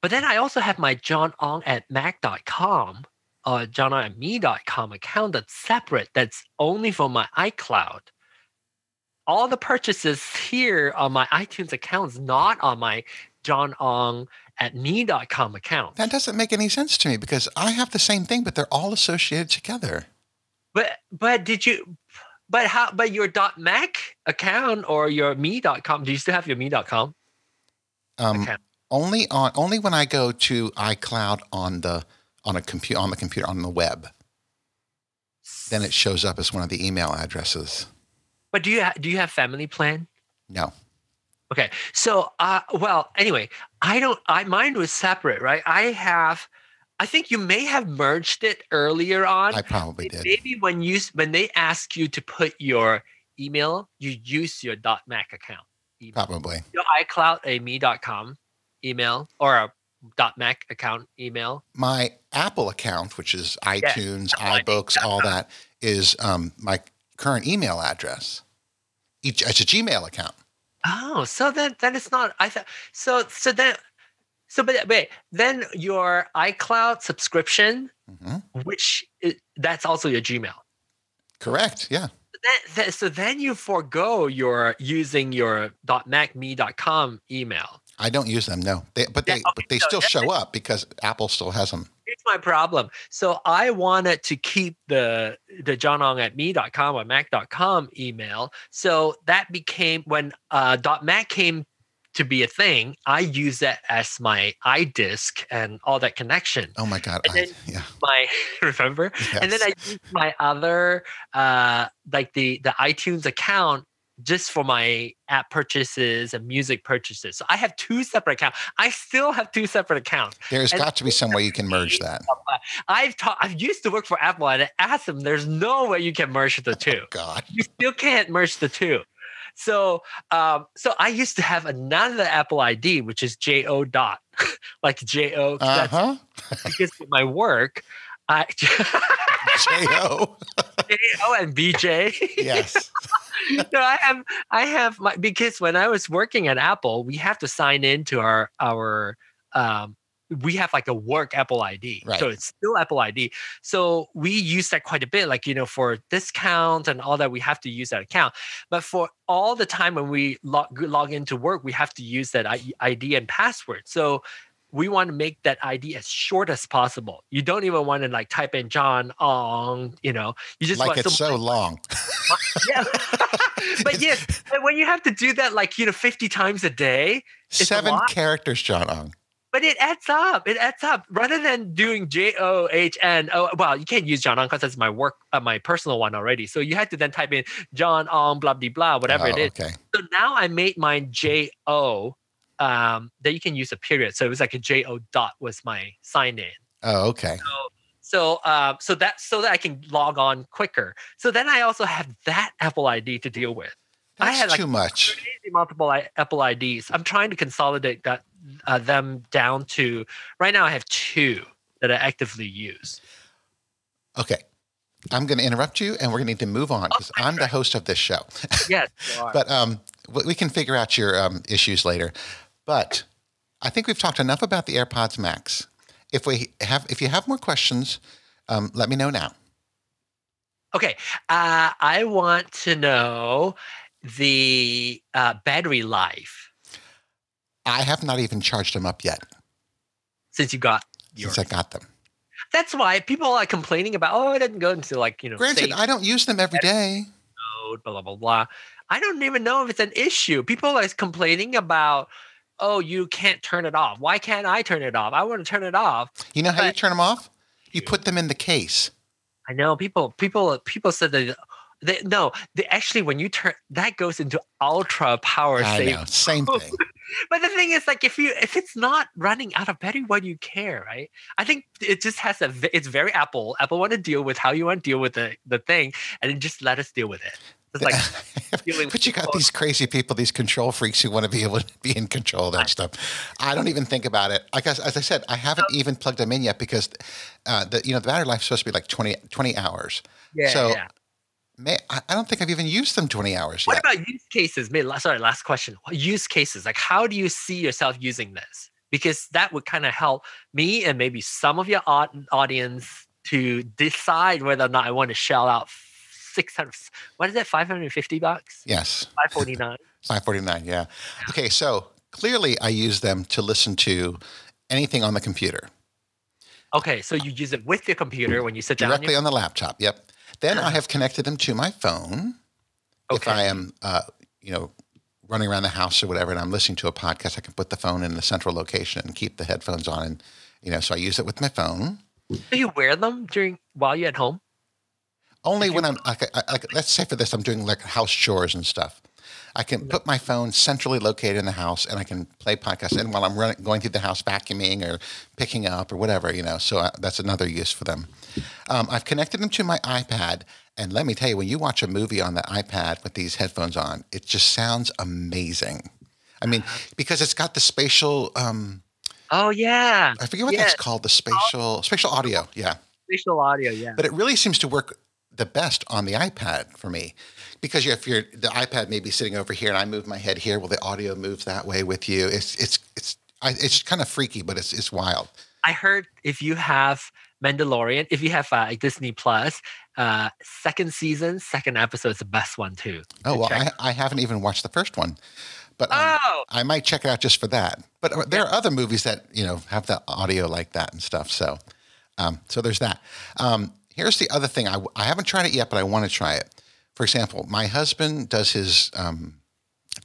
S3: But then I also have my John Ong at Mac.com uh, johnonme.com account that's separate, that's only for my iCloud. All the purchases here on my iTunes accounts, not on my johnong at me.com account.
S2: That doesn't make any sense to me because I have the same thing, but they're all associated together.
S3: But but did you but how but your .mac account or your me.com, do you still have your me.com?
S2: Um,
S3: Okay.
S2: Only on only when I go to iCloud on the on a computer on the computer on the web, then it shows up as one of the email addresses.
S3: But do you ha- do you have family plan?
S2: No,
S3: Okay. So, uh, well, anyway, I don't, I, mine was separate, right? I have, I think you may have merged it earlier on.
S2: I probably did.
S3: Maybe when you, s- when they ask you to put your email, you use your .mac account,
S2: Probably.
S3: your iCloud, a me.com email or a .mac account email.
S2: my Apple account, which is iTunes, iBooks, all that, is um, my current email address. Each, it's a Gmail account.
S3: Oh, so then, then it's not, I thought, so, so then, so, but wait, then your iCloud subscription,
S2: Mhm.
S3: which i that's also your Gmail.
S2: Correct. Yeah.
S3: that, that- so then you forego your using your .macme.com email.
S2: I don't use them. No, they, but they
S3: Yeah, okay,
S2: but they
S3: so
S2: still
S3: that's-
S2: show up because Apple still has them.
S3: Here's my problem. So I wanted to keep the the johnong at me.com or mac.com email. So that became when uh, .mac came to be a thing. I use that as my iDisk and all that connection.
S2: Oh my God.
S3: And
S2: I,
S3: then-
S2: yeah.
S3: My remember, and then I
S2: yes.
S3: used my other uh like the the iTunes account just for my app purchases and music purchases. So I have two separate accounts. I still have two separate accounts.
S2: there's
S3: and-
S2: got to be some way you can merge that.
S3: I've taught I've used to work for Apple and I asked them there's no way you can merge the two.
S2: God.
S3: You still can't merge the two. So um so I used to have another Apple ID which is JO dot like JO
S2: Uh
S3: that's
S2: huh.
S3: because of my work. I
S2: J O.
S3: JO and BJ.
S2: Yes.
S3: no, I have I have my because when I was working at Apple, we have to sign in to our our um we have like a work Apple ID.
S2: Right.
S3: So it's still Apple ID. So we use that quite a bit, like you know, for discounts and all that, we have to use that account. But for all the time when we log log into work, we have to use that I- ID and password. So we want to make that ID as short as possible. You don't even want to like type in John Ong, you know. You just
S2: Like
S3: want
S2: it's
S3: some-
S2: so long.
S3: yeah. but
S2: It's-
S3: yes, and when you have to do that like, you know, 50 times a day, a
S2: Seven
S3: lot.
S2: characters, John Ong.
S3: but it adds up. It adds up. Rather than doing J O H N O, well, you can't use John on because that's my work, uh, my personal one already. So you had to then type in John on blah, blah, blah, whatever
S2: Oh,
S3: it is.
S2: Okay.
S3: So now I made mine J O, um, that you can use a period. So it was like a J O dot was my sign in.
S2: Oh, okay.
S3: So, uh, so that so that I can log on quicker. So then I also have that Apple ID to deal with. I
S2: That's
S3: had, like,
S2: too much.
S3: crazy multiple I- Apple IDs. I'm trying to consolidate that uh, them down to right now. I have two that I actively use.
S2: Okay. I'm going to interrupt you and we're going to need to move on because I'm the host of this show.
S3: Yes, you are.
S2: But um, we we can figure out your um, issues later. But I think we've talked enough about the AirPods Max. If we have, if you have more questions, um, let me know now.
S3: Okay, uh, I want to know the uh, battery life
S2: I have not even charged them up yet
S3: since you got yours.
S2: since I got them.
S3: That's why people are complaining about oh, it didn't go into like you know
S2: Granted,
S3: safe
S2: I don't use them every day.
S3: mode, blah blah blah blah. I don't even know if it's an issue. People are complaining about oh, you can't turn it off. Why can't I turn it off? I want to turn it off.
S2: You know how you
S3: But-
S2: turn them off? You put them in the case.
S3: I know people people people said that they no, they actually when you turn that goes into ultra power
S2: I
S3: save.
S2: know, same thing.
S3: But the thing is like if you if it's not running out of battery, why do you care, right? I think it just has a v- it's very Apple. Apple want to deal with how you want to deal with the, the thing and then just let us deal with it. It's like dealing
S2: but you got these crazy people, these control freaks who want to be able to be in control of that stuff. I don't even think about it. Like as, as I said, I
S3: Oh.
S2: haven't even plugged them in yet because uh, the you know the battery life's supposed to be like 20, 20 hours.
S3: yeah,
S2: so-
S3: yeah.
S2: May, I I don't think I've even used them twenty hours
S3: What
S2: yet.
S3: about use cases? Maybe, la- sorry, last question. What Use cases. Like, how do you see yourself using this? Because that would kind of help me and maybe some of your au- audience to decide whether or not I want to shell out 600. What is that? 550 bucks?
S2: yes,
S3: 549?
S2: five forty nine. Yeah. Okay, so clearly I use them to listen to anything on the computer.
S3: Okay, so you use it with your computer when you sit down.
S2: directly on the laptop. Yep. Then I have connected them to my phone. If
S3: Okay.
S2: I am, uh, you know, running around the house or whatever, and I'm listening to a podcast, I can put the phone in the central location and keep the headphones on, and you know, so I use it with my phone.
S3: do you wear them during while you're at home?
S2: Only when I'm like, I- like, let's say for this, I'm doing like house chores and stuff. I can put my phone centrally located in the house, and I can play podcasts. And while I'm running, going through the house, vacuuming or picking up or whatever, you know. So uh that's another use for them. Um, I've connected them to my iPad, and let me tell you, when you watch a movie on the iPad with these headphones on, it just sounds amazing. I mean, because it's got the spatial. Um,
S3: Oh yeah,
S2: I forget what
S3: Yes.
S2: that's called. The spatial spatial audio. Yeah
S3: spatial audio. Yeah.
S2: but it really seems to work the best on the iPad for me because if you're the iPad may be sitting over here and I move my head here, well the audio moves that way with you. It's it's it's I, it's kind of freaky, but it's it's wild.
S3: I heard if you have Mandalorian, if you have uh, Disney Plus, uh, second season, second episode is the best one too.
S2: Oh
S3: to
S2: well,
S3: check.
S2: I, I haven't even watched the first one, but um,
S3: oh,
S2: I might check it out just for that. But uh, there are other movies that you know have the audio like that and stuff. So, um, so there's that. Um, here's the other thing. I, I haven't tried it yet, but I want to try it. For example, my husband does his um,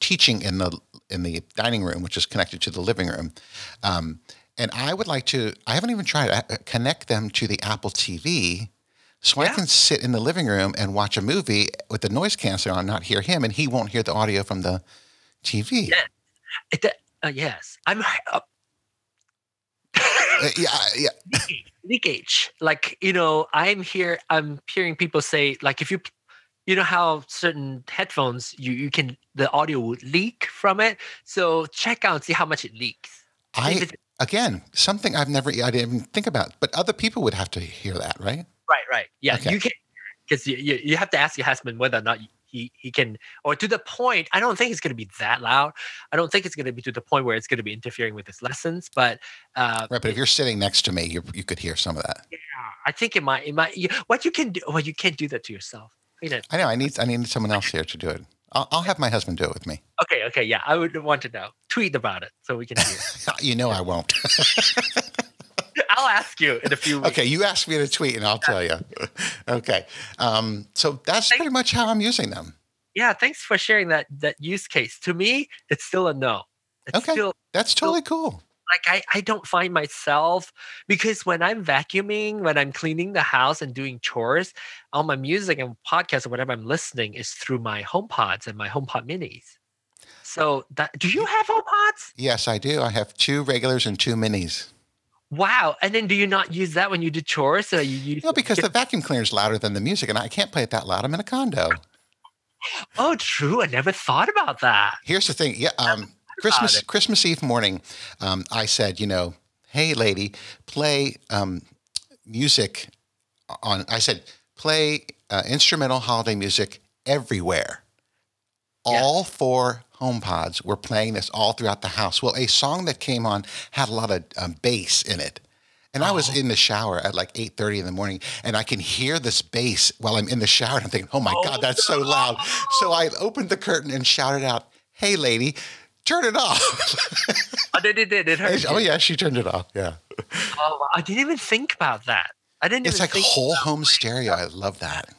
S2: teaching in the in the dining room, which is connected to the living room. Um, and I would like to. I haven't even tried it. I- uh, Connect them to the Apple TV. So I
S3: Yeah.
S2: can sit in the living room and watch a movie with the noise canceling on, not hear him, and he won't hear the audio from the TV.
S3: Yeah. it, uh, yes, I'm uh,
S2: Uh, yeah, I- yeah.
S3: leakage. Like you know, I'm here. I'm hearing people say like if you, you know how certain headphones you you can the audio would leak from it. So check out and see how much it leaks. If
S2: I
S3: it's-
S2: again something I've never I didn't even think about, but other people would have to hear that, right?
S3: Right, right. Yeah,
S2: Okay.
S3: you can because you, you you have to ask your husband whether or not he he can or to the point. I don't think it's going to be that loud. I don't think it's going to be to the point where it's going to be interfering with his lessons. But uh,
S2: Right. But if you're sitting next to me, you you could hear some of that.
S3: I think it might it might you, what you can do. Well, you can't do that to yourself. You know.
S2: I know. I need I need someone else here to do it. I'll, I'll have my husband do it with me.
S3: Okay, okay, yeah. I would want to know. Tweet about it so we can hear.
S2: You know I won't.
S3: I'll ask you in a few weeks.
S2: okay, you ask me to tweet and I'll tell you. Okay, um, so that's pretty much how I'm using them.
S3: Yeah, thanks for sharing that that use case. To me, it's still a no. It's
S2: Okay.
S3: still
S2: That's totally cool.
S3: like I, I don't find myself because when I'm vacuuming, when I'm cleaning the house and doing chores, all my music and podcasts or whatever I'm listening is through my home pods and my home pod minis. So that do you have home pods?
S2: Yes, I do. I have two regulars and two minis.
S3: Wow. And then do you not use that when you do chores? So you use
S2: You know, because the vacuum cleaner is louder than the music, and I can't play it that loud. I'm in a condo.
S3: Oh true. I never thought about that.
S2: Here's the thing. Yeah. Um, Christmas Christmas Eve morning, um, I said, you know, hey lady, play um, music on. I said, play uh, instrumental holiday music everywhere.
S3: Yeah.
S2: All four HomePods were playing this all throughout the house. Well, a song that came on had a lot of um, bass in it. And I
S3: Oh.
S2: was in the shower at like 8:30 in the morning, and I can hear this bass while I'm in the shower. And I'm thinking, "Oh my
S3: Oh,
S2: God, that's so loud!" So I opened the curtain and shouted out, "Hey, lady, turn it off!"
S3: Oh, they did it. It hurt.
S2: oh yeah, she turned it off. Yeah,
S3: Oh, wow. I didn't even think about that. I didn't
S2: it's
S3: even
S2: like
S3: think
S2: whole home stereo. I love that.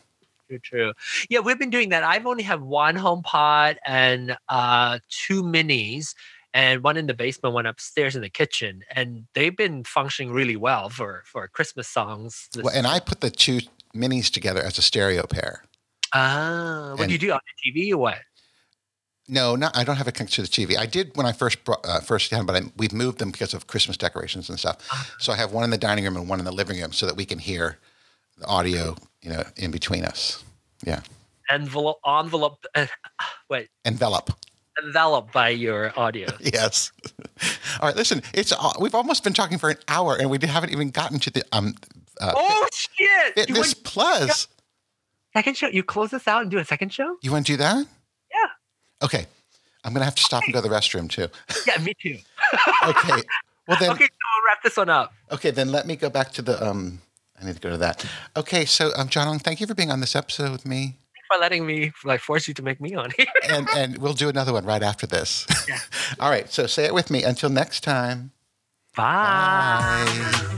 S3: True, true. Yeah, we've been doing that. I've only had one home pod and uh, two minis, and one in the basement, one upstairs in the kitchen, and they've been functioning really well for for Christmas songs. This-
S2: Well, and I put the two minis together as a stereo pair.
S3: ah, what do you
S2: and-
S3: do on the TV or what?
S2: No, not, I don't have it connected to the TV. I did when I first brought, uh, first had, them, but I, we've moved them because of Christmas decorations and stuff.
S3: Ah.
S2: So I have one in the dining room and one in the living room, so that we can hear the audio, you know, in between us. Yeah,
S3: Envelope, envelope, uh, wait,
S2: envelop.
S3: enveloped by your audio.
S2: Yes. All right. Listen, it's uh, we've almost been talking for an hour, and we haven't even gotten to the um. Uh,
S3: oh shit!
S2: Fit-
S3: you
S2: Fitness
S3: want
S2: Plus.
S3: second show? You close this out and do a second show?
S2: You want to do that?
S3: Yeah.
S2: Okay. I'm gonna have to stop and go to the restroom too.
S3: Yeah, me too.
S2: Okay. Well then.
S3: okay, so we'll wrap this one up.
S2: Okay, then let me go back to the. Um, I need to go to that. Okay, so um, John, Long, thank you for being on this episode with me,
S3: Thanks for letting me like force you to make me on here.
S2: and and we'll do another one right after this. All right, so say it with me. Until next time.
S3: Bye.
S2: Bye.